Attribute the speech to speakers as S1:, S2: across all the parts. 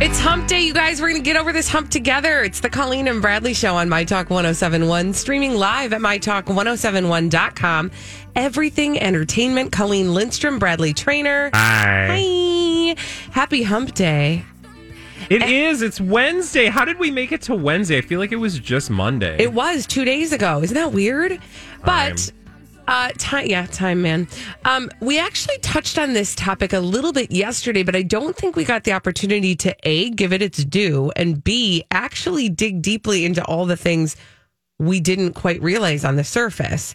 S1: It's hump day, you guys. We're going to get over this hump together. It's the Colleen and Bradley show on My Talk 1071, streaming live at MyTalk1071.com. Everything Entertainment. Colleen Lindstrom, Bradley Trainer.
S2: Hi.
S1: Hi. Happy hump day.
S2: It is. It's Wednesday. How did we make it to Wednesday? I feel like it was just Monday.
S1: It was two days ago. Isn't that weird? But. Uh, time, yeah, time, man. Um, we actually touched on this topic a little bit yesterday, but I don't think we got the opportunity to a give it its due and b actually dig deeply into all the things we didn't quite realize on the surface.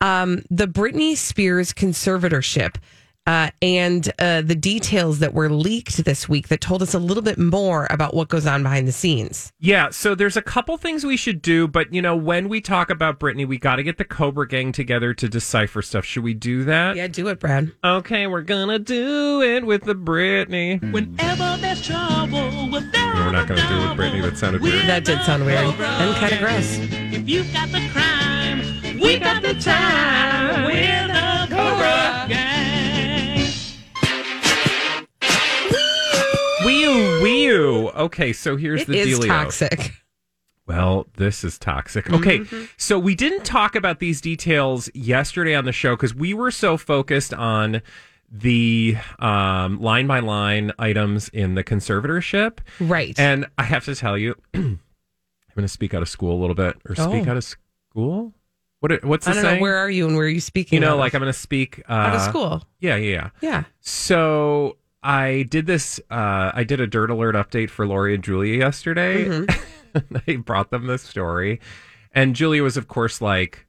S1: Um, the Britney Spears conservatorship uh, and uh, the details that were leaked this week that told us a little bit more about what goes on behind the scenes.
S2: yeah, so there's a couple things we should do, but you know, when we talk about Britney, we got to get the Cobra Gang together to decipher stuff. Should we do that?
S1: Yeah, do it, Brad.
S2: Okay, we're gonna do it with the Britney.
S3: Whenever there's trouble, we're
S2: No, we're not gonna do it with Britney. That sounded weird.
S1: That did sound weird and kind of gross.
S3: If you've got the crime, we got the time. We're the Cobra Gang.
S2: Wee wee. Okay, so here's
S1: It
S2: the
S1: is
S2: dealio.
S1: toxic.
S2: Well, this is toxic. Okay,
S1: Mm-hmm.
S2: so we didn't talk about these details yesterday on the show because we were so focused on the um, line by line items in the conservatorship.
S1: Right.
S2: And I have to tell you, I'm going to speak out of school a little bit, or speak
S1: Oh.
S2: out of school. What what's the
S1: I don't
S2: saying?
S1: know. Where are you and where are you speaking?
S2: you know,
S1: of?
S2: like I'm going to speak uh,
S1: out of school.
S2: Yeah, yeah, yeah.
S1: Yeah.
S2: So I did this. Uh, I did a dirt alert update for Lori and Julia yesterday. I brought them this story, and Julia was, of course, like,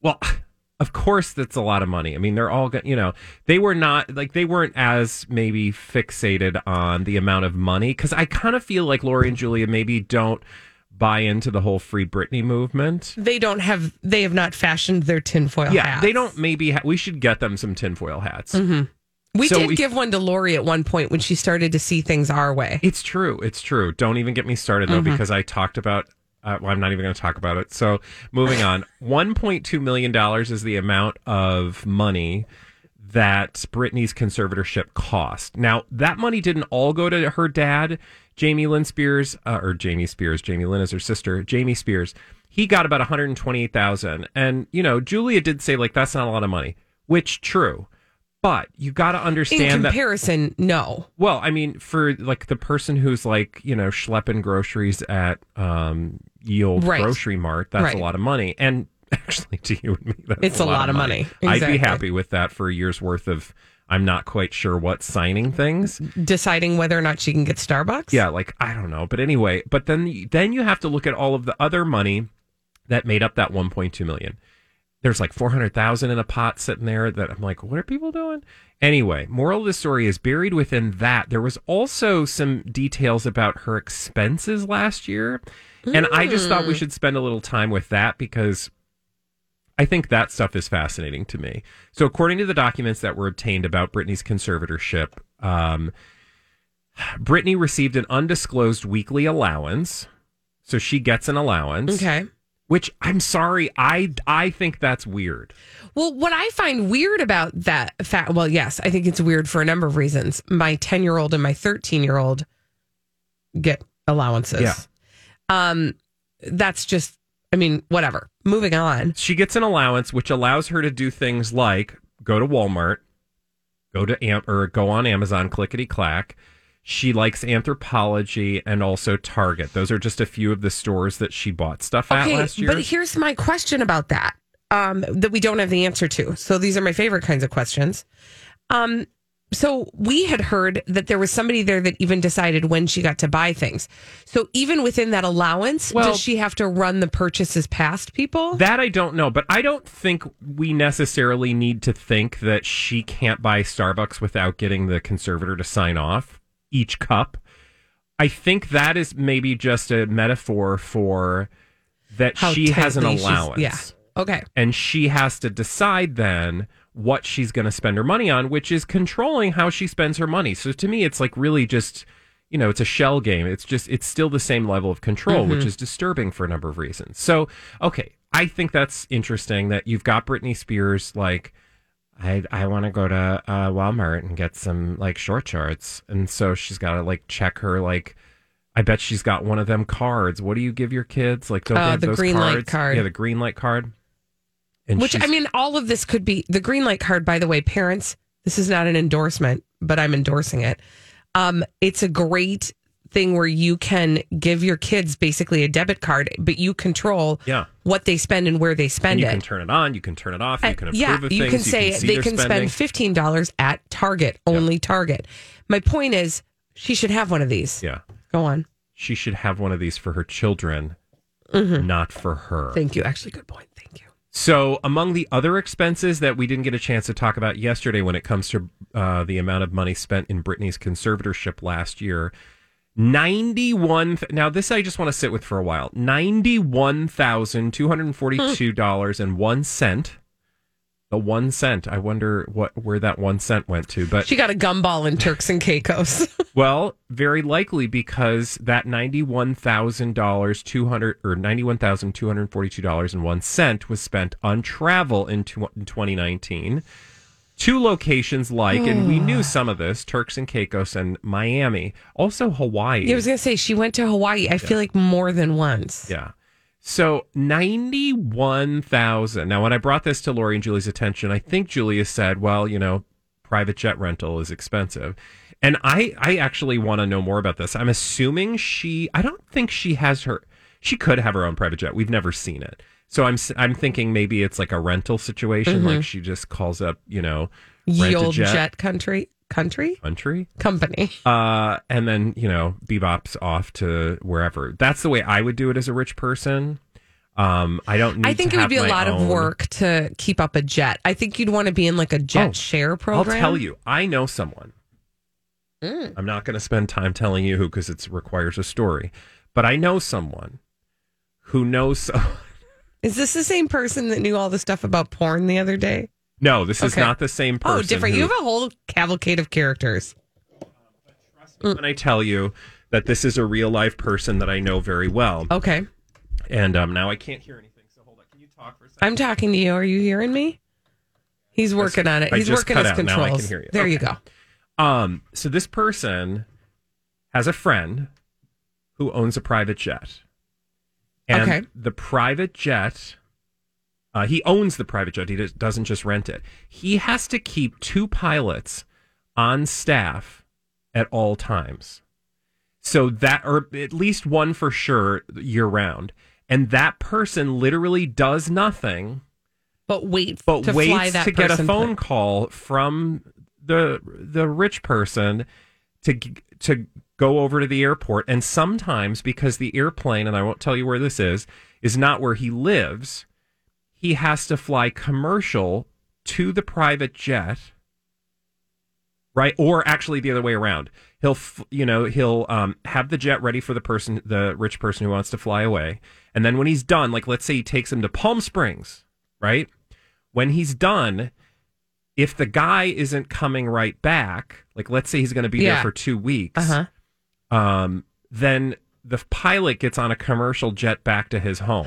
S2: "Well, of course, that's a lot of money. I mean, they're all, go- you know, they were not like they weren't as maybe fixated on the amount of money because I kind of feel like Lori and Julia maybe don't." Buy into the whole free Britney movement.
S1: They don't have. They have not fashioned their tinfoil.
S2: Yeah,
S1: hats.
S2: they don't. Maybe ha- we should get them some tinfoil hats.
S1: We
S2: so
S1: did
S2: we-
S1: give one to Lori at one point when she started to see things our way.
S2: It's true. It's true. Don't even get me started though, because I talked about. Uh, well, I'm not even going to talk about it. So, moving on. 1.2 million dollars is the amount of money that Britney's conservatorship cost. Now, that money didn't all go to her dad, Jamie Lynn Spears, uh, or Jamie Spears. Jamie Lynn is her sister. Jamie Spears. He got about 128,000, and you know, Julia did say like that's not a lot of money, which true. But you got to
S1: In
S2: understand that
S1: comparison, no.
S2: well, I mean, for like the person who's like you know schlepping groceries at um yield
S1: Right.
S2: grocery mart, that's
S1: Right.
S2: a lot of money. And actually, to you and me, that's
S1: It's a lot of money.
S2: I'd
S1: Exactly.
S2: be happy with that for a year's worth of. I'm not quite sure what signing things.
S1: Deciding whether or not she can get Starbucks.
S2: Yeah, like I don't know, but anyway, but then then you have to look at all of the other money that made up that 1.2 million. There's like 400,000 in a pot sitting there that I'm like, what are people doing? Anyway, moral of the story is buried within that. There was also some details about her expenses last year, and I just thought we should spend a little time with that because I think that stuff is fascinating to me. So, according to the documents that were obtained about Britney's conservatorship, um, Britney received an undisclosed weekly allowance. So she gets an allowance,
S1: Okay.
S2: which I'm sorry, I I think that's weird.
S1: Well, what I find weird about that fact, well, yes, I think it's weird for a number of reasons. My 10 year old and my 13 year old get allowances.
S2: Yeah.
S1: Um, that's just, I mean, whatever. Moving on.
S2: She gets an allowance, which allows her to do things like go to Walmart, Go to Am- or go on Amazon, clickety clack. She likes anthropology and also Target. Those are just a few of the stores that she bought stuff at last year.
S1: but here's my question about that um, that we don't have the answer to. So these are my favorite kinds of questions. Um, so we had heard that there was somebody there that even decided when she got to buy things. So even within that allowance,
S2: Well-
S1: does she have to run the purchases past people?
S2: That I don't know, but I don't think we necessarily need to think that she can't buy Starbucks without getting the conservator to sign off each cup. I think that is maybe just a metaphor for that she has an
S1: tightly she's-
S2: allowance.
S1: Yeah. Okay.
S2: And she has to decide then what she's going to spend her money on, which is controlling how she spends her money. So to me, it's like really just, you know, it's a shell game. It's just, it's still the same level of control,
S1: Mm-hmm.
S2: which is disturbing for a number of reasons. So, okay, I think that's interesting that you've got Britney Spears like, I, I want to go to uh, Walmart and get some like short shorts. And so she's got to like check her, like, I bet she's got one of them cards. What do you give your kids? Like, don't they
S1: Uh,
S2: have
S1: the
S2: those
S1: green light
S2: cards?
S1: card.
S2: Yeah, the green light card. And
S1: Which I
S2: she's-
S1: mean, all of this could be the green light card. By the way, parents, this is not an endorsement, but I'm endorsing it. Um, it's a great thing where you can give your kids basically a debit card, but you control
S2: Yeah.
S1: what they spend and where they
S2: and
S1: spend
S2: you
S1: it.
S2: can turn it on, you can turn it off, you
S1: And-
S2: can approve
S1: yeah,
S2: of things.
S1: you can say
S2: see
S1: they
S2: their
S1: can
S2: spending.
S1: spend fifteen dollars at Target only Target. My point is, she should have one of these.
S2: Yeah,
S1: Go on.
S2: she should have one of these for her children, not for her.
S1: Mm-hmm. Thank you. Actually, good point. Thank you.
S2: So, among the other expenses that we didn't get a chance to talk about yesterday when it comes to uh, the amount of money spent in Britney's conservatorship last year, 91. Th- now, this I just want to sit with for a while $91,242.01. The one cent. I wonder what where that one cent went to. But
S1: She got a gumball in Turks and Caicos.
S2: well, very likely because that ninety-one thousand dollars, two hundred or ninety-one thousand two hundred forty-two dollars and one cent was spent on travel in twenty nineteen. Two locations like, and we
S1: Ah.
S2: knew some of this: Turks and Caicos and Miami, also Hawaii.
S1: I was gonna say she went to Hawaii. I feel like more than once.
S2: Yeah. So 91,000. Now, when I brought this to Lori and Julie's attention, I think Julia said, well, you know, private jet rental is expensive. And I, I actually want to know more about this. I'm assuming she, I don't think she has her, she could have her own private jet. We've never seen it. So I'm, s- I'm thinking maybe it's like a rental situation. Like she just calls up, you know,
S1: Mm-hmm. Ye
S2: rent a
S1: old
S2: jet,
S1: jet. country country
S2: country
S1: company.
S2: uh, and then you know bebops off to wherever. That's the way I would do it as a rich person. Um, I don't. Need
S1: I think
S2: to
S1: it would
S2: have
S1: be a
S2: my
S1: lot
S2: own-
S1: of work to keep up a jet. I think you'd want to be in like a jet
S2: Oh,
S1: share program. Mm.
S2: I'll tell you. I know someone. I'm not going to spend time telling you who because it requires a story, but I know someone who knows. so-
S1: Is this the same person that knew all the stuff about porn the other day?
S2: no, this is
S1: Okay.
S2: not the same person.
S1: Oh, different.
S2: who-
S1: You have a whole cavalcade of characters.
S2: when I tell you that this is a real life person that I know very well,
S1: Okay.
S2: and um, now I can't hear anything. So hold on. Can you talk for a second?
S1: I'm talking to you. Are you hearing me? He's working on it.
S2: I
S1: He's
S2: just
S1: working
S2: cut
S1: his
S2: out. Now I
S1: controls.
S2: can hear you.
S1: There you
S2: Okay.
S1: go.
S2: Um, so this person has a friend who owns a private jet. And
S1: Okay.
S2: the private jet, uh, he owns the private jet. He does- doesn't just rent it. He has to keep two pilots on staff at all times. So that, or at least one for sure year round. And that person literally does nothing
S1: But wait,
S2: but
S1: to fly
S2: waits
S1: that
S2: to get a
S1: person
S2: phone
S1: plane.
S2: call from the the rich person to g- to go over to the airport and sometimes because the airplane and I won't tell you where this is is not where he lives he has to fly commercial to the private jet right or actually the other way around he'll f- you know he'll um, have the jet ready for the person the rich person who wants to fly away and then when he's done like let's say he takes him to palm springs right when he's done if the guy isn't coming right back like let's say he's going to be
S1: Yeah.
S2: there for two weeks
S1: Uh-huh.
S2: um, then the pilot gets on a commercial jet back to his home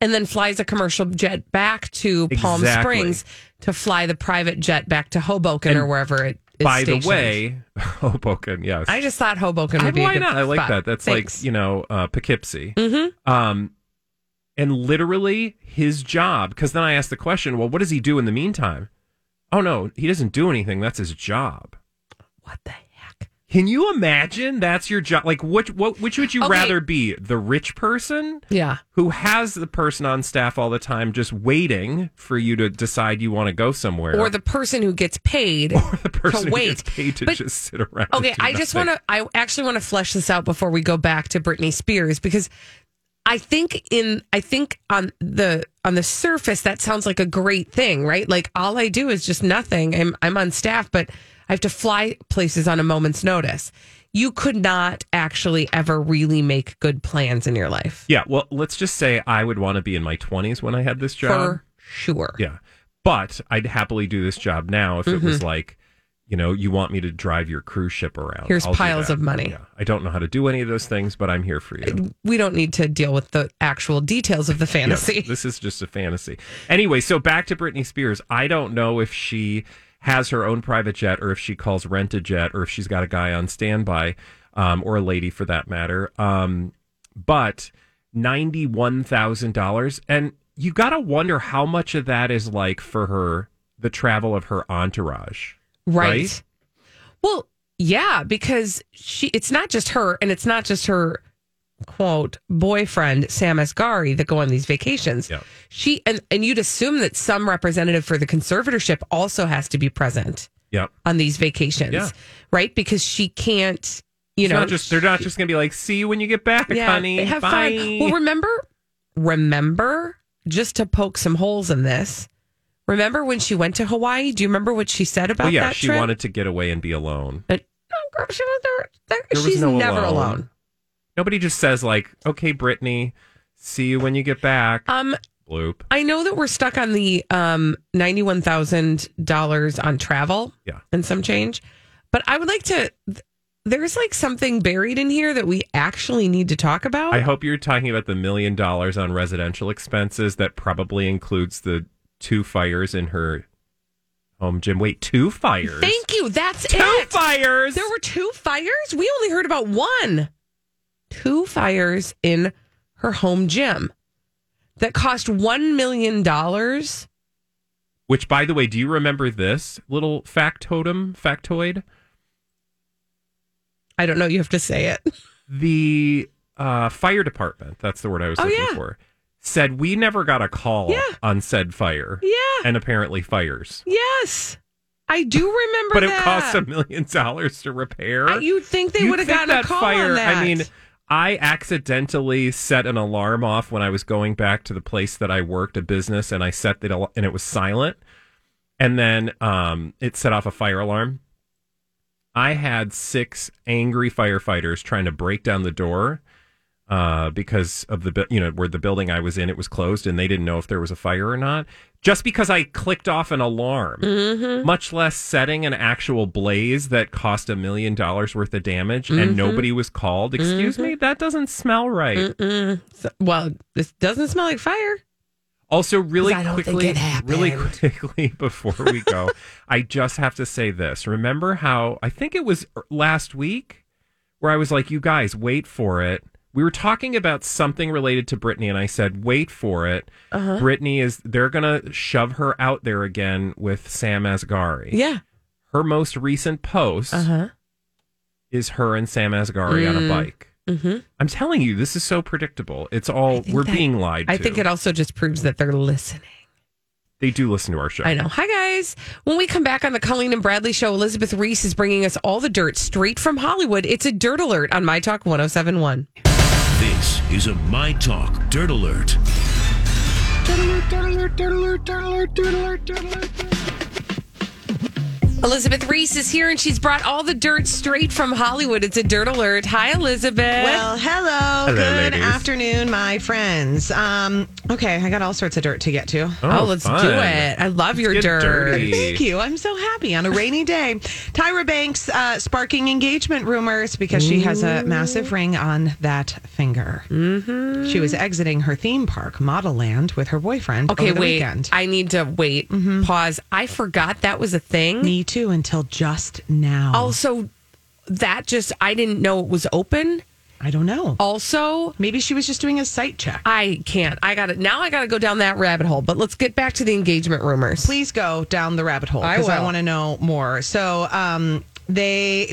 S1: And then flies a commercial jet back to Palm
S2: Exactly.
S1: Springs to fly the private jet back to Hoboken
S2: And
S1: or wherever it is.
S2: by
S1: stationed.
S2: the way hoboken yes
S1: I just thought Hoboken would
S2: I-
S1: be
S2: why
S1: a good
S2: not? I like
S1: spot.
S2: that. That's
S1: Thanks.
S2: like you know uh, Poughkeepsie.
S1: Mhm.
S2: Um, and literally his job. Because then I asked the question, well, what does he do in the meantime? Oh no, he doesn't do anything. That's his job.
S1: What the heck?
S2: Can you imagine? That's your job. Like, what? What? Which would you
S1: Okay.
S2: rather be? The rich person
S1: Yeah.
S2: who has the person on staff all the time, just waiting for you to decide you want to go somewhere,
S1: Or the person who gets paid.
S2: or the person who
S1: wait.
S2: gets paid to
S1: But-
S2: just sit around. and
S1: Okay,
S2: do
S1: I just
S2: nothing.
S1: want to. I actually want to flesh this out before we go back to Britney Spears because I think in I think on the on the surface that sounds like a great thing, right? Like all I do is just nothing. I'm I'm on staff, but I have to fly places on a moment's notice. You could not actually ever really make good plans in your life
S2: Yeah, well, let's just say I would want to be in my 20s when I had this job.
S1: for sure.
S2: Yeah. But I'd happily do this job now if it
S1: Mm-hmm.
S2: was like, you know, you want me to drive your cruise ship around.
S1: Here's
S2: do
S1: piles
S2: that.
S1: of money.
S2: Yeah. I don't know how to do any of those things, but I'm here for you.
S1: We don't need to deal with the actual details of the
S2: Yeah,
S1: fantasy.
S2: this is just a fantasy. Anyway, so back to Britney Spears. I don't know if she has her own private jet or if she calls rent a jet or if she's got a guy on standby um, or a lady for that matter. Um, but $91,000. And you got to wonder how much of that is like for her, the travel of her entourage.
S1: right?
S2: right?
S1: Well, yeah, because she it's not just her and it's not just her quote boyfriend Sam Asghari that go on these vacations.
S2: Yeah.
S1: She and and you'd assume that some representative for the conservatorship also has to be present
S2: Yep.
S1: on these vacations,
S2: Yeah.
S1: right? Because she can't, you
S2: It's
S1: know,
S2: not just, they're not just going to be like, see you when you get back, honey.
S1: have
S2: Bye.
S1: fun. Well, remember, remember, just to poke some holes in this. Remember when she went to Hawaii? Do you remember what she said about
S2: Well, Oh, yeah,
S1: that
S2: she
S1: trip?
S2: wanted to get away and be alone.
S1: But no, girl, she was there. there-
S2: There was
S1: she's
S2: no
S1: never
S2: alone.
S1: alone.
S2: Nobody just says like, "Okay, Brittany, see you when you get back."
S1: Um,
S2: Bloop.
S1: I know that we're stuck on the um ninety-one thousand dollars on travel.
S2: Yeah.
S1: and some change. But I would like to. th- There's like something buried in here that we actually need to talk about.
S2: I hope you're talking about the million dollars on residential expenses that probably includes the two fires in her home gym. Wait, two fires?
S1: Thank you. That's
S2: two
S1: it.
S2: fires.
S1: There were two fires. We only heard about one. Two fires in her home gym that cost one million dollars.
S2: Which, by the way, do you remember this little factotum factoid?
S1: I don't know. You have to say it.
S2: the uh, fire department, that's the word I was
S1: Oh,
S2: looking
S1: yeah.
S2: for, said we never got a call
S1: Yeah.
S2: on said fire
S1: Yeah.
S2: and apparently fires.
S1: Yes, I do remember.
S2: But it
S1: that.
S2: costs a million dollars to repair.
S1: I- You'd think they
S2: You'd
S1: would have
S2: think
S1: gotten a
S2: that
S1: call
S2: fire,
S1: on that.
S2: I mean, I accidentally set an alarm off when I was going back to the place that I worked, a business, and I set it al- and it was silent. And then um, it set off a fire alarm. I had six angry firefighters trying to break down the door uh, because of the bu- you know where the building I was in it was closed and they didn't know if there was a fire or not. Just because I clicked off an alarm,
S1: Mm-hmm.
S2: much less setting an actual blaze that cost a million dollars worth of damage
S1: Mm-hmm.
S2: and nobody was called. Excuse me, that doesn't smell right.
S1: So- well, this doesn't smell like fire.
S2: Also, really
S1: 'Cause I don't think
S2: quickly,
S1: it happened.
S2: really quickly before we go, I just have to say this. Remember how I think it was er, last week where I was like, "You guys, wait for it." We were talking about something related to Britney, and I said, "Wait for it."
S1: Uh-huh.
S2: Britney is they're gonna shove her out there again with Sam Asghari.
S1: Yeah. Uh-huh.
S2: Her most recent post
S1: huh.
S2: is her and Sam Asghari on a bike.
S1: Mm-hmm.
S2: I'm telling you, this is so predictable. It's all
S1: think
S2: we're
S1: that-
S2: being lied to.
S1: I think it also just proves that they're listening.
S2: they do listen to our show.
S1: I know. Hi guys. When we come back on the Colleen and Bradley show, Elizabeth Reese is bringing us all the dirt straight from Hollywood. It's a dirt alert on My Talk 1071.
S4: This is a My Talk Dirt Alert.
S1: Elizabeth Reese is here and she's brought all the dirt straight from Hollywood. It's a dirt alert. Hi Elizabeth.
S5: Well, hello.
S2: Hello,
S5: Oh, Good
S2: ladies.
S5: afternoon, my friends. Um, okay, I got all sorts of dirt to get to.
S1: oh, let's
S2: fun.
S1: do it. I love your
S2: get
S1: dirt.
S2: dirty.
S5: Thank you. I'm so happy on a rainy day. Tyra Banks uh, sparking engagement rumors because she has a massive ring on that finger. Mm-hmm. She was exiting her theme park, Model Land, with her boyfriend
S1: Okay,
S5: over the
S1: wait.
S5: weekend. Mm-hmm.
S1: I need to wait. Pause. I forgot that was a thing.
S5: Me too until just now.
S1: Also, that just I didn't know it was open.
S5: I don't know.
S1: Also,
S5: Maybe she was just doing a site check.
S1: I can't. I got it. Now I got to go down that rabbit hole. But let's get back to the engagement rumors.
S5: Please go down the rabbit hole
S1: I
S5: because I,
S1: will.
S5: want to know more. So um, they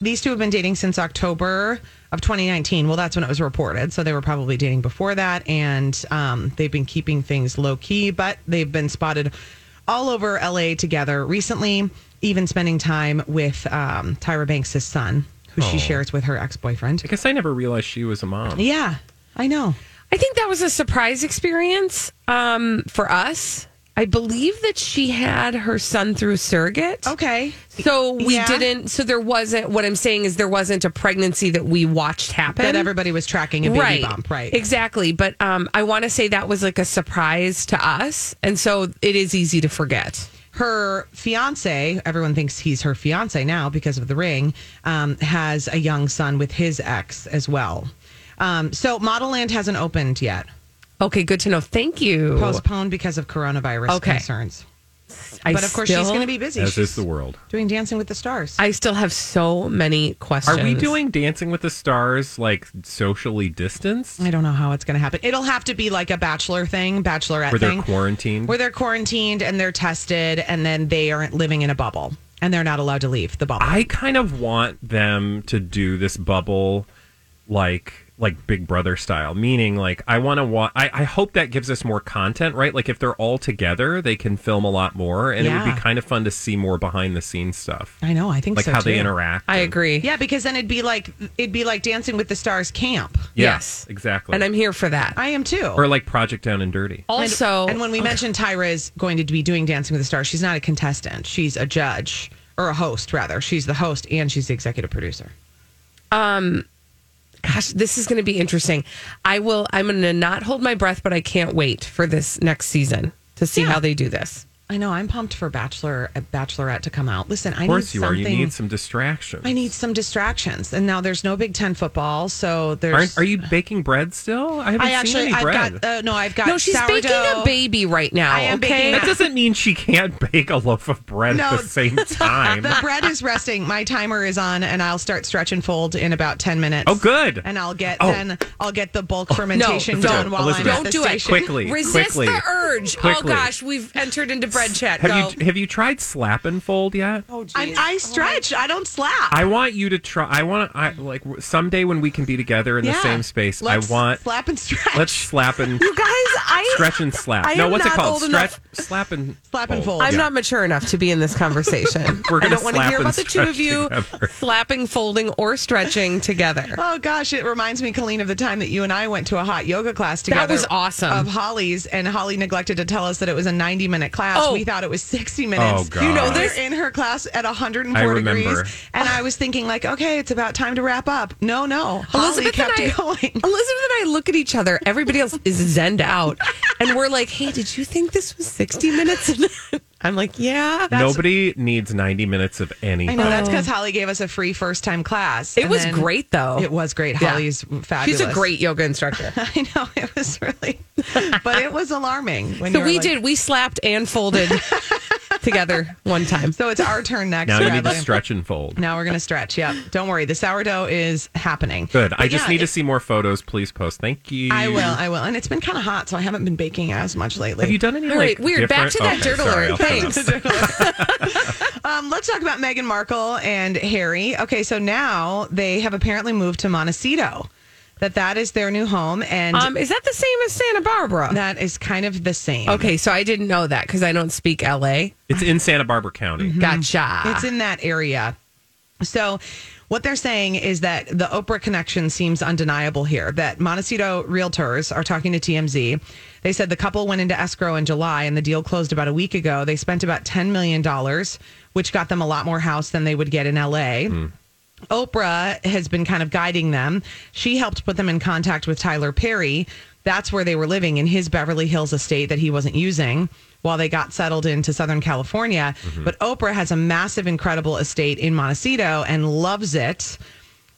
S5: these two have been dating since October of 2019. Well, that's when it was reported. So they were probably dating before that, and um, they've been keeping things low key. But they've been spotted all over LA together recently, even spending time with um, Tyra Banks' son, who she shares with her ex boyfriend.
S2: I guess I never realized she was a mom.
S5: Yeah, I know.
S1: I think that was a surprise experience um, for us. I believe that she had her son through surrogate.
S5: Okay.
S1: So we
S5: Yeah.
S1: didn't. So there wasn't. What I'm saying is there wasn't a pregnancy that we watched happen.
S5: That everybody was tracking a baby bump, right?
S1: Exactly. But um, I want to say that was like a surprise to us, and so it is easy to forget.
S5: her fiance, everyone thinks he's her fiance now because of the ring, um, has a young son with his ex as well. Um, so Model Land hasn't opened yet,
S1: Okay, good to know. Thank you.
S5: postponed because of coronavirus
S1: Okay.
S5: concerns.
S1: I
S5: but of course, she's
S1: still-
S5: going to be busy.
S2: As
S5: She's
S2: is the world.
S5: doing Dancing with the Stars.
S1: I still have so many questions.
S2: Are we doing Dancing with the Stars like socially distanced?
S5: I don't know how it's going to happen. It'll have to be like a bachelor thing, bachelorette
S2: Where
S5: thing,
S2: they're quarantined?
S5: where they're quarantined and they're tested, and then they aren't living in a bubble and they're not allowed to leave the bubble.
S2: I kind of want them to do this bubble like like Big Brother style, meaning like I want to watch. I, I hope that gives us more content, right? Like if they're all together, they can film a lot more, and it would
S5: Yeah.
S2: be kind of fun to see more behind the scenes stuff,
S5: I know. I think
S2: like
S5: so
S2: how they
S5: too.
S2: interact.
S1: I
S2: and-
S1: agree.
S5: Yeah, because then it'd be like it'd be like Dancing with the Stars camp.
S2: Yeah,
S1: Yes.
S2: exactly.
S1: And I'm here for that.
S5: I am too.
S2: or like Project Down and Dirty.
S1: also,
S5: and when we mentioned Tyra is going to be doing Dancing with the Stars, she's not a contestant. She's a judge or a host, rather. She's the host and she's the executive producer.
S1: gosh, this is going to be interesting. I will. I'm going to not hold my breath, but I can't wait for this next season to see
S5: Yeah.
S1: how they do this.
S5: I know. I'm pumped for Bachelor uh, Bachelorette to come out. Listen, I
S2: Of course
S5: need
S2: you are.
S5: something.
S2: You need some distraction.
S5: I need some distractions, and now there's no Big Ten football, so there's.
S2: Aren't, are you baking bread still? I haven't
S5: I
S2: seen
S5: actually,
S2: any
S5: I've
S2: bread.
S5: got uh, no. I've got.
S1: no, she's
S5: sourdough.
S1: baking a baby right now.
S5: I am
S1: okay,
S5: baking a-
S2: that doesn't mean she can't bake a loaf of bread
S5: No.
S2: at the same time.
S5: The bread is resting. My timer is on, and I'll start stretch and fold in about ten minutes.
S2: Oh, good.
S5: And I'll get
S2: Oh.
S5: then I'll get the
S1: Oh,
S5: bulk fermentation
S1: don't.
S5: done while
S2: Elizabeth,
S5: I'm at
S1: don't
S5: the
S1: do it
S5: station.
S2: Quickly,
S1: Resist
S2: quickly,
S1: the urge.
S2: quickly.
S1: Oh gosh, we've entered into bread chat.
S2: Have
S1: Go.
S2: you have you tried slap and fold yet?
S5: I, I stretch. I don't slap.
S2: I want you to try. I want I like w- someday when we can be together in the
S5: Yeah.
S2: same space.
S5: Let's
S2: I want
S5: slap and stretch.
S2: let's slap and
S1: guys, I
S2: stretch and slap.
S1: I
S2: no,
S1: am
S2: what's it
S1: not
S2: called?
S1: old
S2: stretch,
S1: enough.
S2: slap and
S5: Slap and fold.
S1: I'm
S2: Yeah.
S1: not mature enough to be in this conversation.
S2: We're
S1: I
S2: gonna
S1: don't want to
S2: slap
S1: hear
S2: and
S1: about the two
S2: stretch
S1: of you
S2: together.
S1: slapping, folding, or stretching together.
S5: Oh gosh, it reminds me, Colleen, of the time that you and I went to a hot yoga class together.
S1: That was awesome.
S5: Of Holly's, and Holly neglected to tell us that it was a 90 minute class.
S1: Oh.
S5: We thought it was 60 minutes.
S2: Oh, God. You know
S5: they're
S1: this-
S5: in her class at 104
S2: I remember.
S5: degrees, and I was thinking like, okay, it's about time to wrap up. No, no, Holly kept
S1: and I,
S5: going.
S1: Elizabeth and I look at each other. Everybody else is zenned out, and we're like, "Hey, did you think this was sixty minutes?" I'm like, "Yeah."
S2: Nobody needs 90 minutes of
S5: I
S2: anything.
S5: know that's because Holly gave us a free first time class.
S1: Oh. It
S5: and
S1: was
S5: then-
S1: great, though.
S5: It was great.
S1: Yeah.
S5: Holly's fabulous.
S1: She's a great yoga instructor.
S5: I know it was really, but it was alarming. When
S1: so
S5: you were
S1: we
S5: like-
S1: did. We slapped and folded together one time.
S5: So it's our turn next.
S2: Now you need to
S5: Bradley.
S2: stretch and fold.
S5: Now we're gonna stretch. Yep. Don't worry. The sourdough is happening.
S2: Good. I
S5: But
S2: just
S5: yeah,
S2: need to
S5: it-
S2: see more photos. Please post. Thank you.
S5: I will. I will. And it's been kind of hot, so I haven't been baking as much lately.
S2: Have you done any
S1: All right,
S2: like
S1: weird. Back
S2: different-
S1: to that
S2: okay,
S1: dirt
S2: sorry,
S1: alert.
S2: I'll shut up.
S1: Thanks.
S5: um, let's talk about Meghan Markle and Harry. Okay, so now they have apparently moved to Montecito. that that is their new home. And
S1: Um, is that the same as Santa Barbara?
S5: that is kind of the same.
S1: Okay, so I didn't know that because I don't speak LA.
S2: It's in Santa Barbara County.
S5: Mm-hmm.
S1: Gotcha.
S5: It's in that area. So, what they're saying is that the Oprah connection seems undeniable here. That Montecito realtors are talking to TMZ. They said the couple went into escrow in July and the deal closed about a week ago. They spent about $10 million, which got them a lot more house than they would get in LA. Oprah has been kind of guiding them. She helped put them in contact with Tyler Perry. That's where they were living in his Beverly Hills estate that he wasn't using while they got settled into Southern California.
S2: Mm-hmm.
S5: But Oprah has a massive, incredible estate in Montecito and loves it.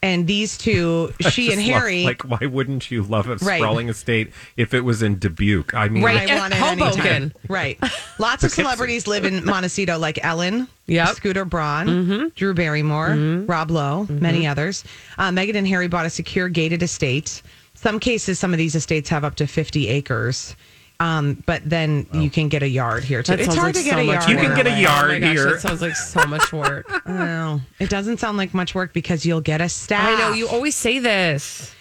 S5: And these two, she
S2: Just
S5: and
S2: love-
S5: Harry,
S2: like, why wouldn't you love a
S5: Right.
S2: sprawling estate if it was in Dubuque? I mean,
S1: Right.
S5: I want it
S1: Hoboken.
S5: anytime. Right. Lots of
S2: Poughkeepsie.
S5: celebrities live in Montecito, like Ellen,
S1: Yep. Mm-hmm.
S5: Scooter Braun, Drew Barrymore, Rob Lowe, many others. Uh, Megan and Harry bought a secure gated estate. Some cases, some of these estates have up to 50 acres. Um, but then you can get a yard here too.
S1: That
S5: It's
S1: sounds
S5: hard
S1: like
S5: to get
S1: so
S5: a
S1: much
S5: yard.
S2: you can get a
S1: Oh
S2: yard
S1: my gosh,
S2: here.
S1: that sounds like so much work.
S5: Well, it doesn't sound like much work because you'll get a staff.
S1: I know you always say this.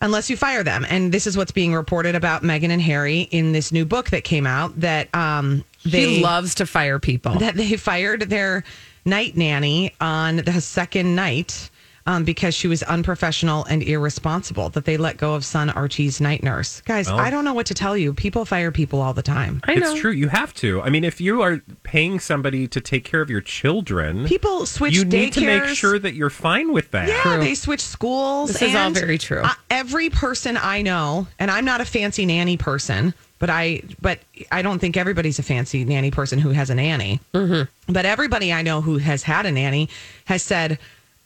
S5: unless you fire them. And this is what's being reported about Meghan and Harry in this new book that came out that um, they
S1: She loves to fire
S2: Oh.
S1: people.
S5: that they fired their night nanny on the second night um, because she was unprofessional and irresponsible. That they let go of son Archie's night nurse. Guys, I don't know what to tell you. People fire people all the time.
S1: I know.
S2: It's true. You have to. I mean, if you are paying somebody to take care of your children,
S5: People switch
S2: you need to make
S5: daycares.
S2: sure that you're fine with that.
S5: Yeah, they switch schools.
S1: This is all
S5: and,
S1: very true.
S5: uh, every person I know, and I'm not a fancy nanny person, but I but I don't think everybody's a fancy nanny person who has a nanny. Mm-hmm. But everybody I know who has had a nanny has said,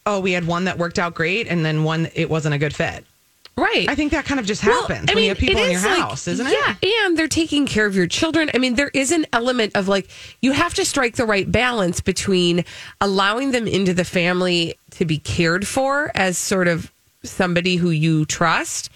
S5: "Oh, we had one that worked out great, and then one it wasn't a good fit."
S1: Right.
S5: I think that kind of just
S1: Well,
S5: happens when you have people
S1: it
S5: in your
S1: is like-
S5: house, isn't it?
S1: Yeah, and they're taking care of your children. I mean, there is an element of like you have to strike the right balance between allowing them into the family to be cared for as sort of somebody who you trust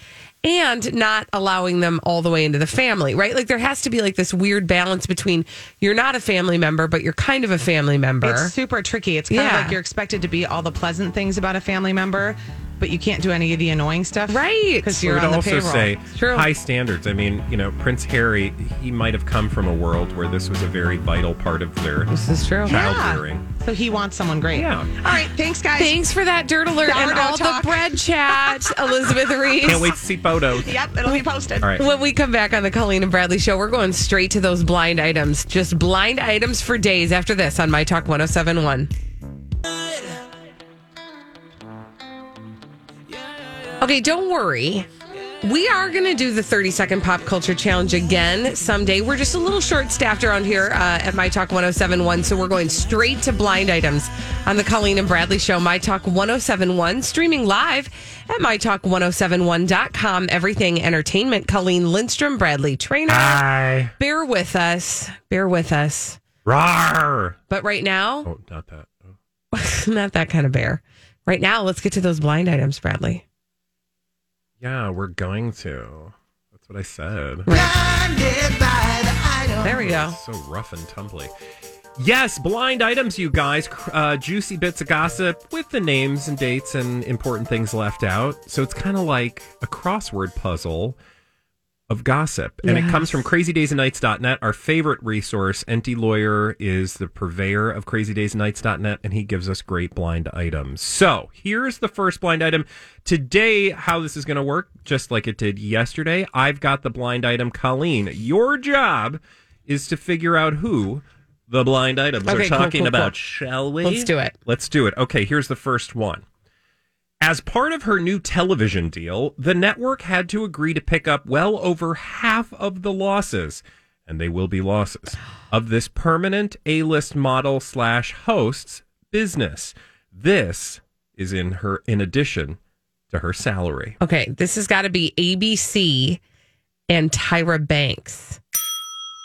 S1: and not allowing them all the way into the family, right? Like there has to be like this weird balance between you're not a family member, but you're kind of a family member.
S5: It's super tricky. It's kind
S1: Yeah.
S5: of like you're expected to be all the pleasant things about a family member, but you can't do any of the annoying stuff,
S1: Right.
S5: Because
S2: I
S5: you're
S2: would
S5: on the
S2: also
S5: payroll.
S2: say
S1: True.
S2: high standards. I mean, you know, Prince Harry, he might have come from a world where this was a very vital part of their
S1: this is true.
S2: child
S5: Yeah.
S2: rearing.
S5: So he wants someone great.
S2: Yeah.
S5: All right. Thanks, guys.
S1: Thanks for that dirt alert and
S5: Sourdough
S1: all
S5: talk.
S1: the bread chat, Elizabeth Reese.
S2: Can't wait to see photos.
S5: Yep. It'll be posted.
S2: All right.
S1: When we come back on the Colleen and Bradley show, we're going straight to those blind items. Just blind items for days after this on My Talk 1071. Okay, don't worry. We are going to do the 30 second pop culture challenge again someday. We're just a little short staffed around here uh, at My Talk 1071, so we're going straight to blind items on the Colleen and Bradley Show, My Talk 1071, streaming live at MyTalk1071.com. Everything Entertainment. Colleen Lindstrom, Bradley Trainer.
S2: Hi.
S1: Bear with us. Bear with us.
S2: Rawr.
S1: But right now,
S2: Oh, not that. Oh.
S1: not that kind of bear. Right now, let's get to those blind items, Bradley.
S2: Yeah, we're going to. That's what I said.
S1: There we go.
S2: So rough and tumbly. Yes, blind items, you guys. Cr- Uh, juicy bits of gossip with the names and dates and important things left out. So it's kind of like a crossword puzzle of gossip. And it comes from crazydaysandnights.net, our favorite resource. Enti Lawyer is the purveyor of crazydaysandnights.net, and he gives us great blind items. So here's the first blind item. Today, how this is going to work, just like it did yesterday, I've got the blind item. Colleen, your job is to figure out who the blind items
S1: Okay,
S2: are
S1: cool,
S2: talking
S1: cool,
S2: about,
S1: cool.
S2: shall we?
S1: Let's do it.
S2: Let's do it. Okay, here's the first one. As part of her new television deal, the network had to agree to pick up well over half of the losses, and they will be losses, of this permanent A list model slash host's business. This is in her in addition to her salary.
S1: Okay, this has got to be ABC and Tyra Banks.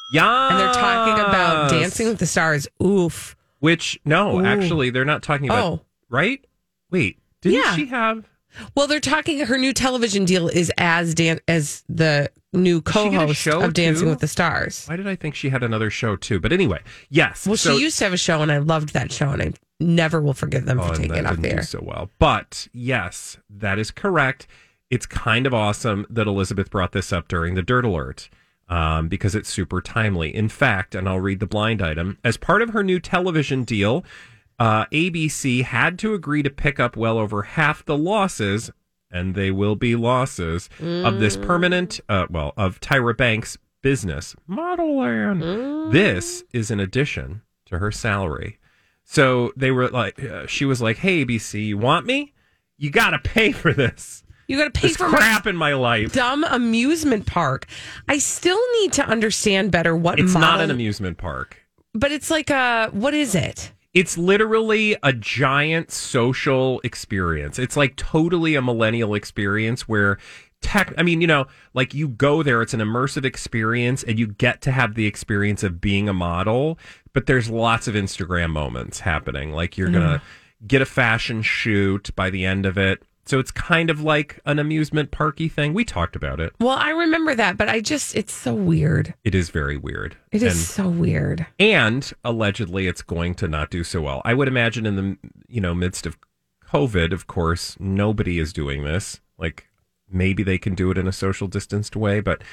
S2: Yeah.
S1: And they're talking about Dancing with the Stars. Oof.
S2: Which no,
S1: Ooh.
S2: actually they're not talking about
S1: Oh.
S2: right? Wait, didn't
S1: Yeah.
S2: she have
S1: Well, they're talking her new television deal is as Dan as the new
S2: she get a
S1: co-host
S2: show,
S1: of Dancing
S2: too?
S1: with the Stars.
S2: why did I think she had another show too? But anyway, yes.
S1: Well,
S2: so-
S1: she used to have a show and I loved that show and I never will forgive them
S2: Oh,
S1: for
S2: and
S1: taking
S2: that
S1: it off
S2: didn't do
S1: there.
S2: so well. But yes, that is correct. it's kind of awesome that Elizabeth brought this up during the Dirt Alert um, because it's super timely. In fact, and I'll read the blind item as part of her new television deal, uh, ABC had to agree to pick up well over half the losses, and they will be losses of this
S1: Mm.
S2: permanent, uh, well, of Tyra Banks' business, Model Land.
S1: Mm.
S2: This is in addition to her salary. So they were like, uh, she was like, "Hey, ABC, you want me? You got to pay for this."
S1: You got to pay
S2: this
S1: for my
S2: crap in my life.
S1: dumb amusement park. I still need to understand better what
S2: It's not
S1: model-
S2: an amusement park.
S1: but it's like a what is it?
S2: It's literally a giant social experience. It's like totally a millennial experience where tech, I mean, you know, like you go there, it's an immersive experience and you get to have the experience of being a model, but there's lots of Instagram moments happening. Like you're going to
S1: Mm-hmm.
S2: get a fashion shoot by the end of it. So it's kind of like an amusement parky thing. We talked about it.
S1: Well, I remember that, but I just it's so weird.
S2: It is very weird.
S1: It is
S2: And-
S1: so weird.
S2: and allegedly it's going to not do so well. I would imagine in the you know midst of COVID, of course, nobody is doing this. Like maybe they can do it in a social distanced way, but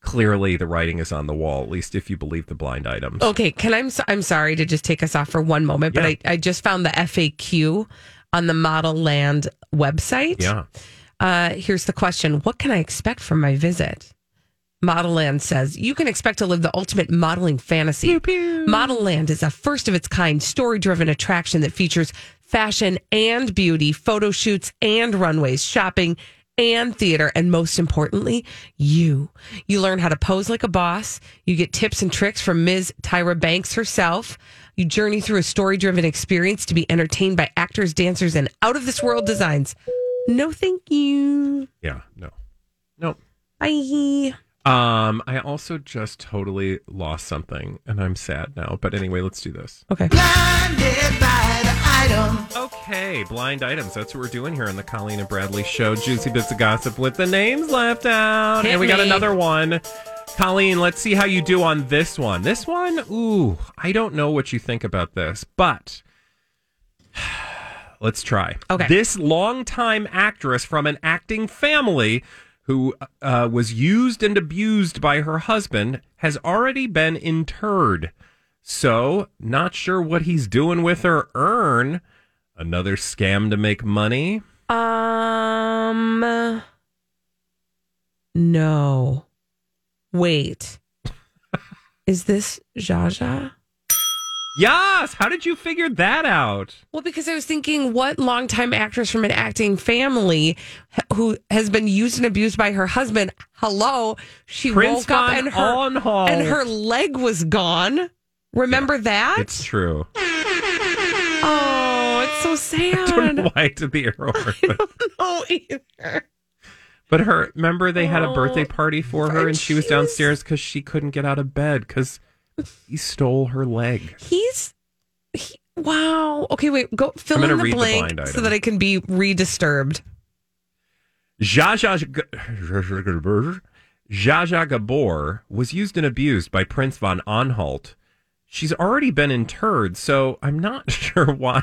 S2: clearly the writing is on the wall. At least if you believe the blind items.
S1: Okay, can I'm so, I'm sorry to just take us off for one moment, but
S2: Yeah.
S1: I, I just found the FAQ on the Model Land website.
S2: Yeah.
S1: Uh, here's the question: What can I expect from my visit? Model Land says you can expect to live the ultimate modeling fantasy. Model Land is a first of its kind, story driven attraction that features fashion and beauty, photo shoots and runways, shopping and theater, and most importantly, you. You learn how to pose like a boss. You get tips and tricks from Ms. Tyra Banks herself. You journey through a story driven experience to be entertained by actors, dancers, and out of this world designs. No, thank you.
S2: Yeah. No. No.
S1: Bye.
S2: Um, I also just totally lost something, and I'm sad now. But anyway, let's do this.
S1: Okay.
S2: Okay, blind items. That's what we're doing here on the Colleen and Bradley Show. Juicy bits of gossip with the names left out.
S1: Hit
S2: and we got
S1: me.
S2: another one. Colleen, let's see how you do on this one. This one, ooh, I don't know what you think about this, but let's try.
S1: Okay.
S2: This longtime actress from an acting family who uh, was used and abused by her husband has already been interred. So, not sure what he's doing with her urn. Another scam to make money.
S1: Um, no. Wait. Is this Zsa Zsa?
S2: Yas, how did you figure that out?
S1: Well, because I was thinking, what longtime actress from an acting family h- who has been used and abused by her husband? Hello, she woke
S2: Prince
S1: up
S2: von
S1: and her
S2: Anhalt.
S1: and her leg was gone. Remember that?
S2: It's true.
S1: oh, it's so
S2: I don't know
S1: sad.
S2: why I did the arrow. But,
S1: No, either.
S2: but her, remember they
S1: Oh,
S2: had a birthday party for her and she was
S1: Jesus.
S2: downstairs because she couldn't get out of bed because he stole her leg.
S1: He's he, wow. Okay, wait. Go fill
S2: I'm
S1: in
S2: gonna
S1: the
S2: read the
S1: blank
S2: blind
S1: so
S2: item.
S1: that I can be redisturbed.
S2: Zsa Zsa, Zsa Zsa Gabor was used and abused by Prince von Anhalt. She's already been interred, so I'm not sure why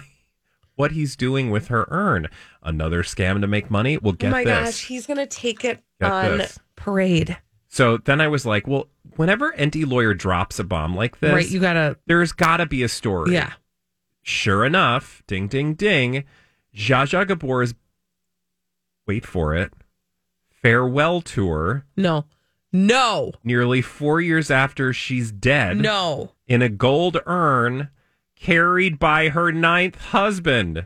S2: what he's doing with her urn. Another scam to make money. Well, get
S1: oh my
S2: this.
S1: gosh, he's gonna take it
S2: Get
S1: on
S2: this.
S1: parade.
S2: so then I was like, well, whenever anti lawyer drops a bomb like this,
S1: Right, you gotta
S2: there's got to be a story.
S1: Yeah.
S2: Sure enough, ding, ding, ding, Zsa Zsa Gabor's wait for it farewell tour.
S1: No. No.
S2: nearly four years after she's dead
S1: No.
S2: in a gold urn carried by her ninth husband.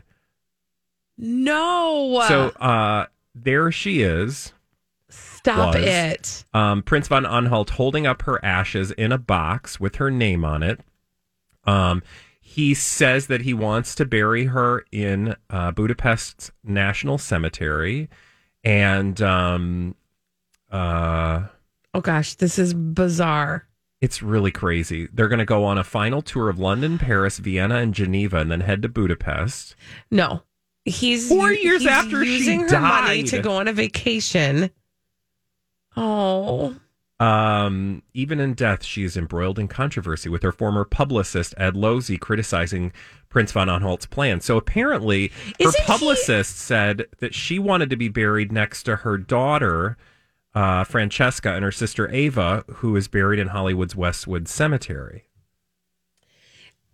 S1: No.
S2: So uh, there she is,
S1: Stop
S2: was.
S1: it.
S2: um, Prince von Anhalt holding up her ashes in a box with her name on it. Um, he says that he wants to bury her in uh, Budapest's National Cemetery. And um, uh,
S1: Oh gosh, this is bizarre.
S2: It's really crazy. They're going to go on a final tour of London, Paris, Vienna, and Geneva, and then head to Budapest.
S1: No. He's
S2: Four
S1: u-
S2: years
S1: he's
S2: after she
S1: using her money
S2: died.
S1: to go on a vacation. Oh.
S2: Um, even in death, she is embroiled in controversy with her former publicist Ed Losey criticizing Prince von Anhalt's plan. So apparently, her publicist said that she wanted to be buried next to her daughter, uh, Francesca, and her sister Ava, who is buried in Hollywood's Westwood Cemetery.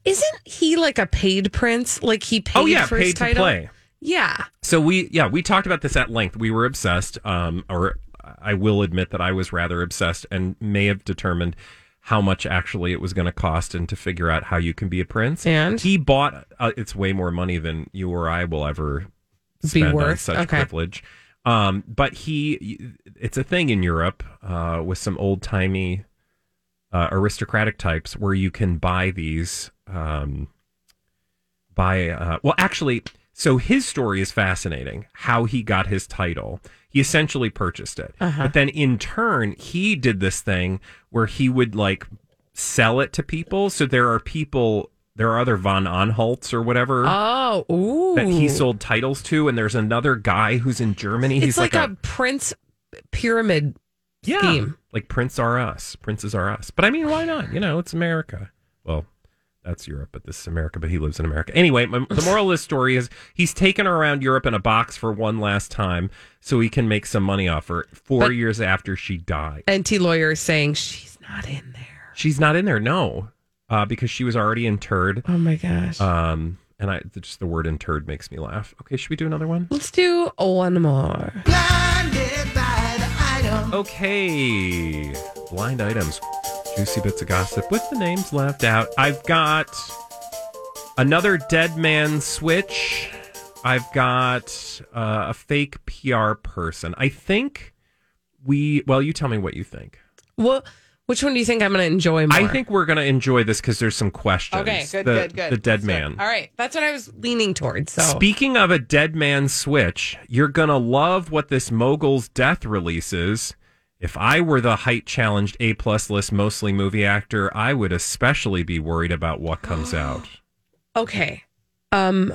S1: Isn't he like a paid prince? Like he paid
S2: oh yeah,
S1: for
S2: paid
S1: his
S2: to
S1: title?
S2: play.
S1: Yeah.
S2: So we yeah, we talked about this at length. We were obsessed um or I will admit that I was rather obsessed and may have determined how much actually it was going to cost and to figure out how you can be a prince.
S1: And?
S2: he bought uh, it's way more money than you or I will ever
S1: Be
S2: spend on
S1: worth?
S2: such
S1: Okay.
S2: privilege. Um but he it's a thing in Europe uh with some old-timey uh, aristocratic types where you can buy these um, by uh, well actually so his story is fascinating how he got his title he essentially purchased it
S3: Uh-huh.
S2: but then in turn he did this thing where he would like sell it to people so there are people there are other von Anhalts or whatever
S1: Oh, ooh.
S2: that he sold titles to and there's another guy who's in Germany
S1: It's
S2: he's
S1: like, a, prince pyramid scheme.
S2: like Prince R Us. Princes R Us. But I mean, why not? You know, it's America. Well, that's Europe, but this is America, but he lives in America. Anyway, m- the moral of this story is he's taken her around Europe in a box for one last time so he can make some money off her four
S1: But-
S2: years after she died.
S1: Anti lawyer saying she's not in there.
S2: She's not in there, no, uh, because she was already interred.
S1: Oh my gosh.
S2: Um, and I just the word interred makes me laugh. Okay, should we do another one?
S1: Let's do one more.
S2: Okay. Blind items. Juicy bits of gossip with the names left out. I've got another dead man switch. I've got uh, a fake PR person. I think we, well, you tell me what you think.
S1: Well, which one do you think I'm going to enjoy more?
S2: I think we're going to enjoy this because there's some questions.
S1: Okay, good,
S2: The-
S1: good, good.
S2: The dead
S1: That's
S2: man.
S1: All right, that's what I was leaning towards. So
S2: Speaking of a dead man switch, you're going to love what this mogul's death releases. If I were the height challenged A plus list mostly movie actor, I would especially be worried about what comes out.
S1: okay. Um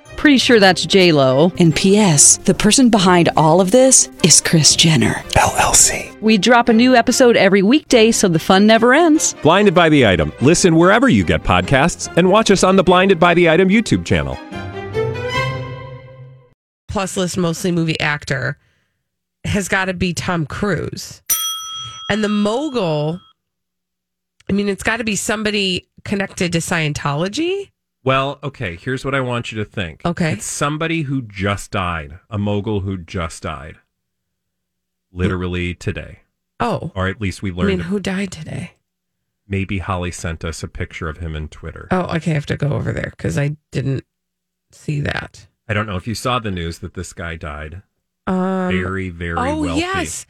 S6: Pretty sure that's J Lo. And P.S. The person behind all of this is Chris Jenner LLC. We drop a new episode every weekday, so the fun never ends.
S2: Blinded by the Item. Listen wherever you get podcasts and watch us on the Blinded by the Item YouTube channel.
S1: plus list mostly movie actor has got to be Tom Cruise. And the mogul, I mean, it's got to be somebody connected to Scientology.
S2: Well, okay, here's what I want you to think.
S1: Okay.
S2: It's somebody who just died, a mogul who just died. Literally today.
S1: Oh,
S2: Or at least we
S1: I mean,
S2: learned.
S1: who died today?
S2: Maybe Holly sent us a picture of him in Twitter.
S1: Oh, okay, I have to go over there because I didn't see that.
S2: I don't know if you saw the news that this guy died.
S1: Um,
S2: very, very
S1: oh
S2: wealthy.
S1: yes,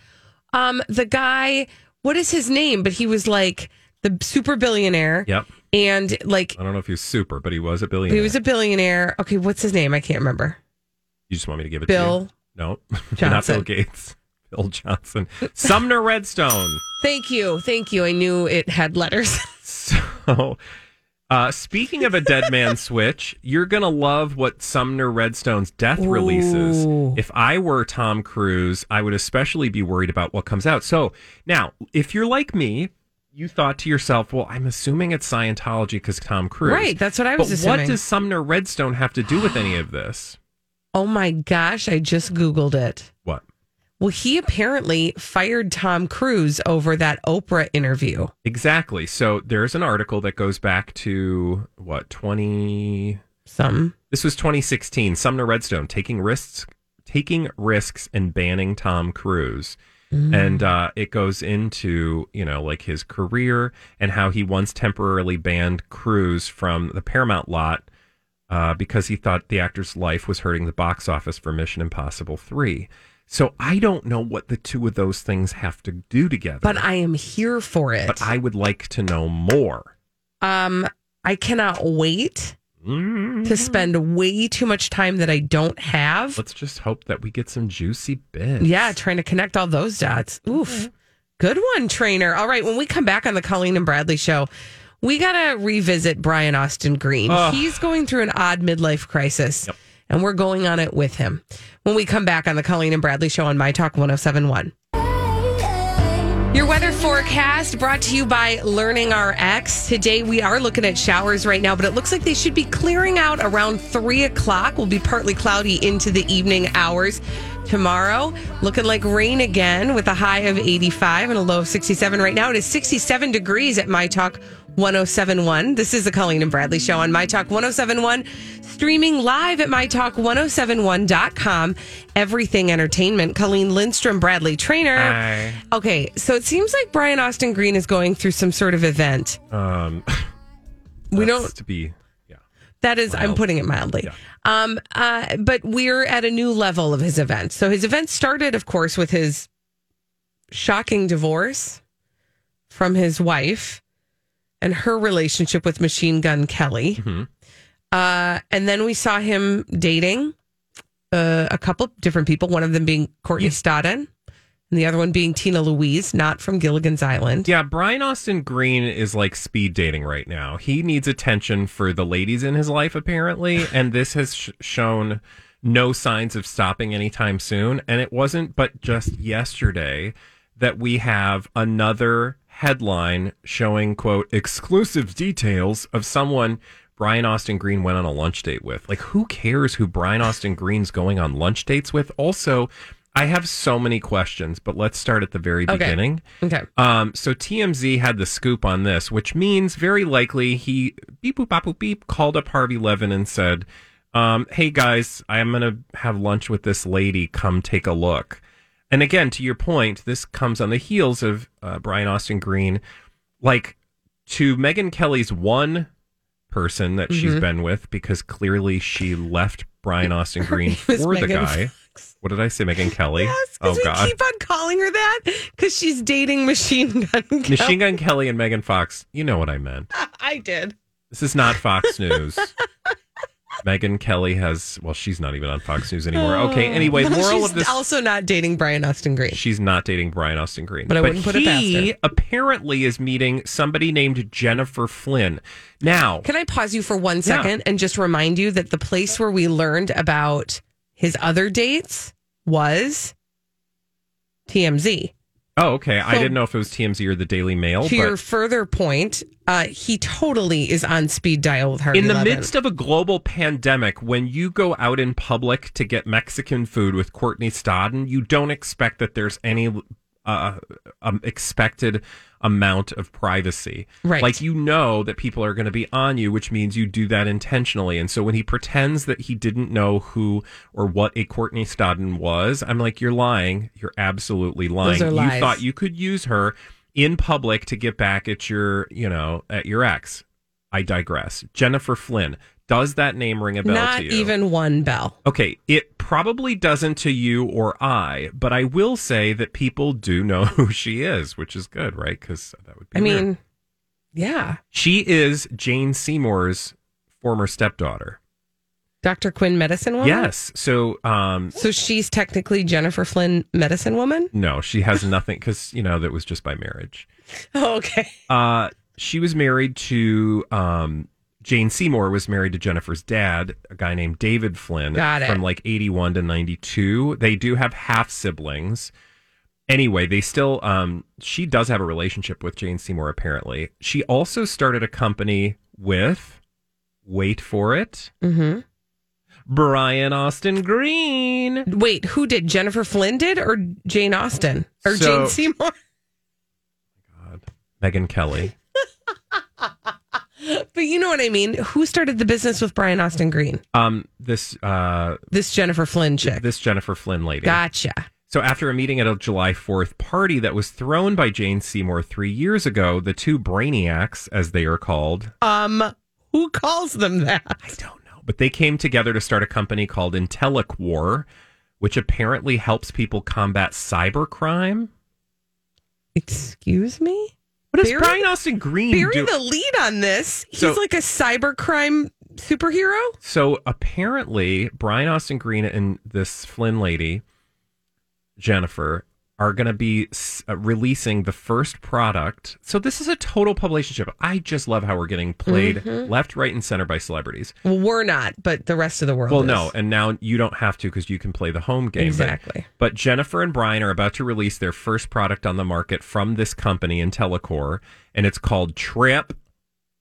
S1: um, the guy. What is his name? But he was like the super billionaire,
S2: Yep.
S1: and like
S2: I don't know if he was super, but he was a billionaire.
S1: he was a billionaire. Okay, what's his name? I can't remember.
S2: You just want me to give it to you?
S1: Bill
S2: No. Not Bill
S1: Johnson.
S2: Gates. Bill Johnson. Sumner Redstone.
S1: Thank you, thank you. I knew it had letters.
S2: So, uh, speaking of a dead man switch, you're going to love what Sumner Redstone's death releases. If I were Tom Cruise, I would especially be worried about what comes out. So, now, if you're like me, you thought to yourself, well, I'm assuming it's Scientology because Tom Cruise.
S1: Right, that's what I was
S2: But
S1: assuming.
S2: what does Sumner Redstone have to do with any of this?
S1: oh my gosh, I just googled it.
S2: What?
S1: Well, he apparently fired Tom Cruise over that Oprah interview.
S2: Exactly. So there's an article that goes back to what 20
S1: some.
S2: This was 2016. Sumner Redstone taking risks, taking risks, and banning Tom Cruise.
S3: Mm.
S2: And uh, it goes into you know like his career and how he once temporarily banned Cruise from the Paramount lot uh, because he thought the actor's life was hurting the box office for Mission Impossible Three. So I don't know what the two of those things have to do together.
S1: But I am here for it.
S2: But I would like to know more.
S1: Um, I cannot wait to spend way too much time that I don't have.
S2: Let's just hope that we get some juicy bits.
S1: Yeah, trying to connect all those dots. Oof. Good one, trainer. All right, when we come back on the Colleen and Bradley show, we got to revisit Brian Austin Green.
S2: Ugh.
S1: He's going through an odd midlife crisis, and we're going on it with him. When we come back on the Colleen and Bradley show on My Talk 1071. Your weather forecast brought to you by Learning RX. Today we are looking at showers right now, but it looks like they should be clearing out around three o'clock. Will be partly cloudy into the evening hours. Tomorrow, looking like rain again with a high of 85 and a low of 67. Right now it is 67 degrees at My Talk 1071. This is the Colleen and Bradley show on My Talk 1071, streaming live at MyTalk1071.com. Everything Entertainment. Colleen Lindstrom, Bradley Trainer.
S2: Hi.
S1: Okay, so it seems like Brian Austin Green is going through some sort of event.
S2: Um,
S1: We
S2: that's
S1: don't-
S2: to be.
S1: That is, I'm
S2: Mild.
S1: putting it mildly. Um, uh, but we're at a new level of his event. So his event started, of course, with his shocking divorce from his wife and her relationship with Machine Gun Kelly.
S2: Mm-hmm.
S1: Uh, and then we saw him dating uh, a couple different people, one of them being Courtney Stodden and the other one being Tina Louise, not from Gilligan's Island.
S2: Yeah, Brian Austin Green is like speed dating right now. He needs attention for the ladies in his life, apparently, and this has sh- shown no signs of stopping anytime soon. And it wasn't but just yesterday that we have another headline showing, quote, exclusive details of someone Brian Austin Green went on a lunch date with. Like, who cares who Brian Austin Green's going on lunch dates with? Also, I have so many questions, but let's start at the very
S1: Okay.
S2: beginning.
S1: Okay.
S2: Um, so TMZ had the scoop on this, which means very likely he beep boop bop boop beep called up Harvey Levin and said, um, "Hey guys, I'm gonna have lunch with this lady. Come take a look." And again, to your point, this comes on the heels of uh, Brian Austin Green, like to Megan Kelly's one person that she's
S1: Mhm.
S2: been with because clearly she left Brian Austin Green for
S1: was
S2: the
S1: Megan
S2: guy. What did I say, Megan Kelly? oh
S1: we
S2: God.
S1: keep on calling her that because she's dating Machine Gun Kelly.
S2: Machine Gun Kelly and Megan Fox. You know what I meant.
S1: I did.
S2: This is not Fox News. Megan Kelly has, well, she's not even on Fox News anymore. Okay, anyway,
S1: No,
S2: moral
S1: Oh. she's
S2: of this.
S1: also not dating Brian Austin Green.
S2: She's not dating Brian Austin Green.
S1: But I wouldn't put it past
S2: he
S1: her.
S2: apparently is meeting somebody named Jennifer Flynn. Now,
S1: Can I pause you for one second and just remind you that the place where we learned about his other dates was TMZ.
S2: oh, okay. I
S1: So-
S2: didn't know if it was TMZ or the Daily Mail.
S1: to
S2: Oh, but
S1: your further point, uh, he totally is on speed dial with Harvey
S2: in the
S1: Levin.
S2: midst of a global pandemic, when you go out in public to get Mexican food with Courtney Stodden, you don't expect that there's any uh, um, expected amount of privacy.
S7: Right.
S2: Like you know that people are going to be on you, which means you do that intentionally. And so when he pretends that he didn't know who or what a Courtney Stodden was, I'm like, you're lying. You're absolutely lying.
S1: Those are
S2: you
S1: lies.
S2: thought you could use her in public to get back at your, you know, at your ex. I digress. Jennifer Flynn. Does that name ring a bell
S1: Not
S2: to you?
S1: even one bell.
S2: Okay, it probably doesn't to you or I, but I will say that people do know who she is, which is good, right? Because that would be.
S1: I
S2: weird.
S1: mean, yeah.
S2: she is Jane Seymour's former stepdaughter.
S1: Dr. Quinn, medicine woman?
S2: Yes. So, um,
S1: So she's technically Jennifer Flynn, medicine woman?
S2: no, she has nothing because you know that was just by marriage.
S1: Oh, Okay.
S2: Uh, she was married to um, Jane Seymour was married to Jennifer's dad, a guy named David Flynn,
S1: Got it.
S2: from like eighty one to ninety two. They do have half siblings. Anyway, they still um, she does have a relationship with Jane Seymour. Apparently, she also started a company with. Wait for it.
S1: Mm-hmm.
S2: Brian Austin Green.
S1: Wait, who did Jennifer Flynn did or Jane Austen or
S2: So-
S1: Jane Seymour?
S2: Megan Kelly.
S1: But you know what I mean. Who started the business with Brian Austin Green?
S2: Um, this uh,
S1: this Jennifer Flynn chick.
S2: This Jennifer Flynn lady.
S1: Gotcha.
S2: So after a meeting at a July 4th party that was thrown by Jane Seymour three years ago, the two brainiacs, as they are called,
S1: Um, who calls them that? I
S2: don't know. but they came together to start a company called IntelliQuar, which apparently helps people combat cybercrime.
S1: Excuse me.
S2: What does Brian Austin Green
S1: bury
S2: Hmm, do?
S1: the lead on this? He's
S2: So-
S1: like a cybercrime superhero?
S2: So apparently, Brian Austin Green and this Flynn lady, Jennifer, are going to be s- uh, releasing the first product. So this is a total publication ship. I just love how we're getting played
S1: Mhm.
S2: left, right, and center by celebrities.
S1: Well, we're not, but the rest of the world.
S2: Well,
S1: is.
S2: no, and now you don't have to because you can play the home game. But-
S1: Exactly.
S2: But, Jennifer and Brian are about to release their first product on the market from this company, Intellicore, and it's called Trip,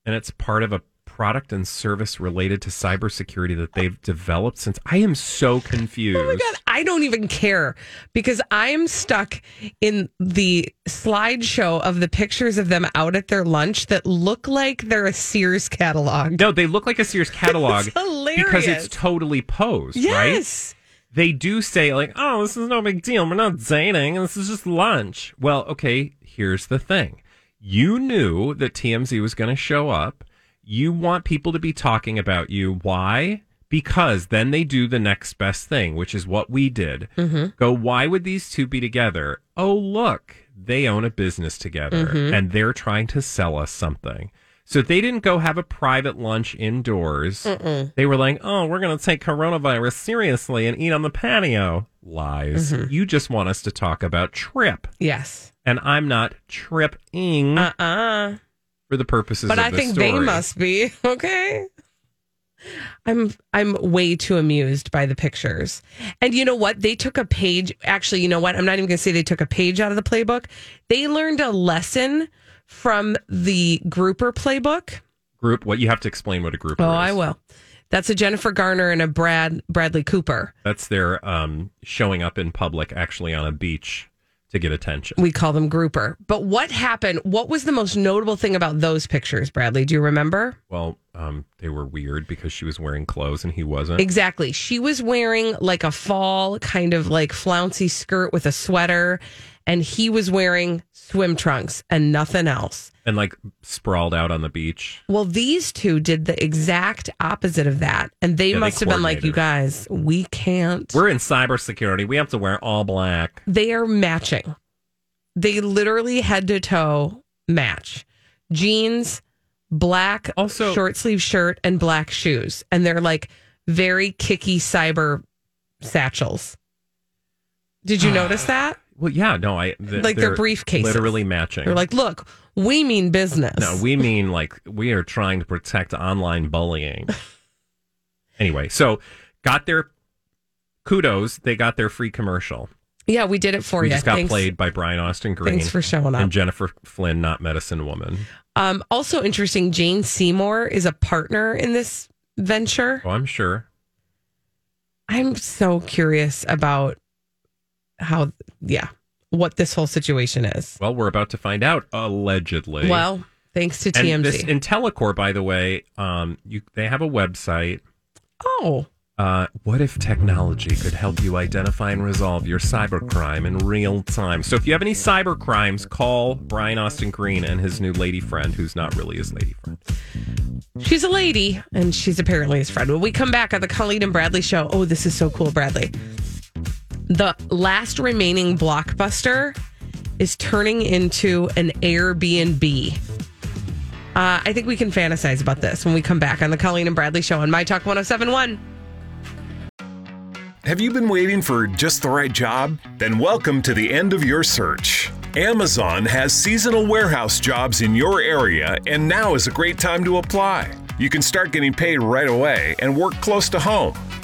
S2: and it's part of a product and service related to cybersecurity that they've developed since. I am so confused.
S1: Oh my god, I don't even care because I'm stuck in the slideshow of the pictures of them out at their lunch that look like they're a Sears catalog.
S2: No, they look like a Sears catalog
S1: It's hilarious.
S2: because it's totally posed,
S1: Yes.
S2: right? They do say like, "Oh, this is no big deal. We're not dating. This is just lunch." Well, okay, here's the thing. You knew that TMZ was going to show up. You want people to be talking about you. Why? Because then they do the next best thing, which is what we did.
S1: Mhm.
S2: Go, why would these two be together? Oh, look, they own a business together
S1: Mhm.
S2: and they're trying to sell us something. So they didn't go have a private lunch indoors.
S1: Mm-mm.
S2: They were like, oh, we're going to take coronavirus seriously and eat on the patio. Lies.
S1: Mhm.
S2: You just want us to talk about trip.
S1: Yes.
S2: And I'm not tripping
S1: Uh-uh.
S2: for the purposes
S1: But
S2: of
S1: I
S2: this
S1: think they
S2: story.
S1: must be. Okay. I'm I'm way too amused by the pictures. And you know what? They took a page actually, you know what? I'm not even going to say they took a page out of the playbook. They learned a lesson from the grouper playbook.
S2: Group, what you have to explain what a group
S1: Oh,
S2: is.
S1: I will. That's a Jennifer Garner and a Brad Bradley Cooper.
S2: That's their um, showing up in public, actually on a beach to get attention.
S1: We call them grouper. But what happened? What was the most notable thing about those pictures, Bradley? Do you remember?
S2: Well, um, they were weird because she was wearing clothes and he wasn't.
S1: Exactly. She was wearing like a fall kind of like flouncy skirt with a sweater, and he was wearing swim trunks and nothing else.
S2: And like sprawled out on the beach.
S1: Well, these two did the exact opposite of that, and they
S2: Yeah, they
S1: must have been like, "You guys, we can't."
S2: We're in cybersecurity. We have to wear all black.
S1: They are matching. They literally head to toe match. Jeans, black also short sleeve shirt, and black shoes. And they're like very kicky cyber satchels. Did
S2: Ah,
S1: you notice that?
S2: Well, yeah, no, I th-
S1: Like their
S2: they're
S1: briefcases.
S2: literally matching.
S1: They're like, look, we mean business.
S2: no, we mean like we are trying to protect online bullying. anyway, so got their kudos. They got their free commercial.
S1: Yeah, we did it for
S2: we
S1: you.
S2: just got
S1: Thanks.
S2: played by Brian Austin Green.
S1: Thanks for showing up.
S2: And Jennifer Flynn, not medicine woman.
S1: Um, also interesting, Jane Seymour is a partner in this venture.
S2: Oh, I'm sure.
S1: I'm so curious about how, yeah, what this whole situation is.
S2: Well, we're about to find out allegedly.
S1: Well, thanks to TMZ.
S2: And this IntelliCore, by the way, um, you they have a website.
S1: oh,
S2: Uh, what if technology could help you identify and resolve your cybercrime in real time? So, if you have any cybercrimes, call Brian Austin Green and his new lady friend, who's not really his lady friend.
S1: she's a lady, and she's apparently his friend. When we come back on the Colleen and Bradley show, oh, this is so cool, Bradley. The last remaining blockbuster is turning into an Airbnb. Uh, I think we can fantasize about this when we come back on the Colleen and Bradley show on My Talk 1071.
S7: Have you been waiting for just the right job? Then welcome to the end of your search. Amazon has seasonal warehouse jobs in your area, and now is a great time to apply. You can start getting paid right away and work close to home.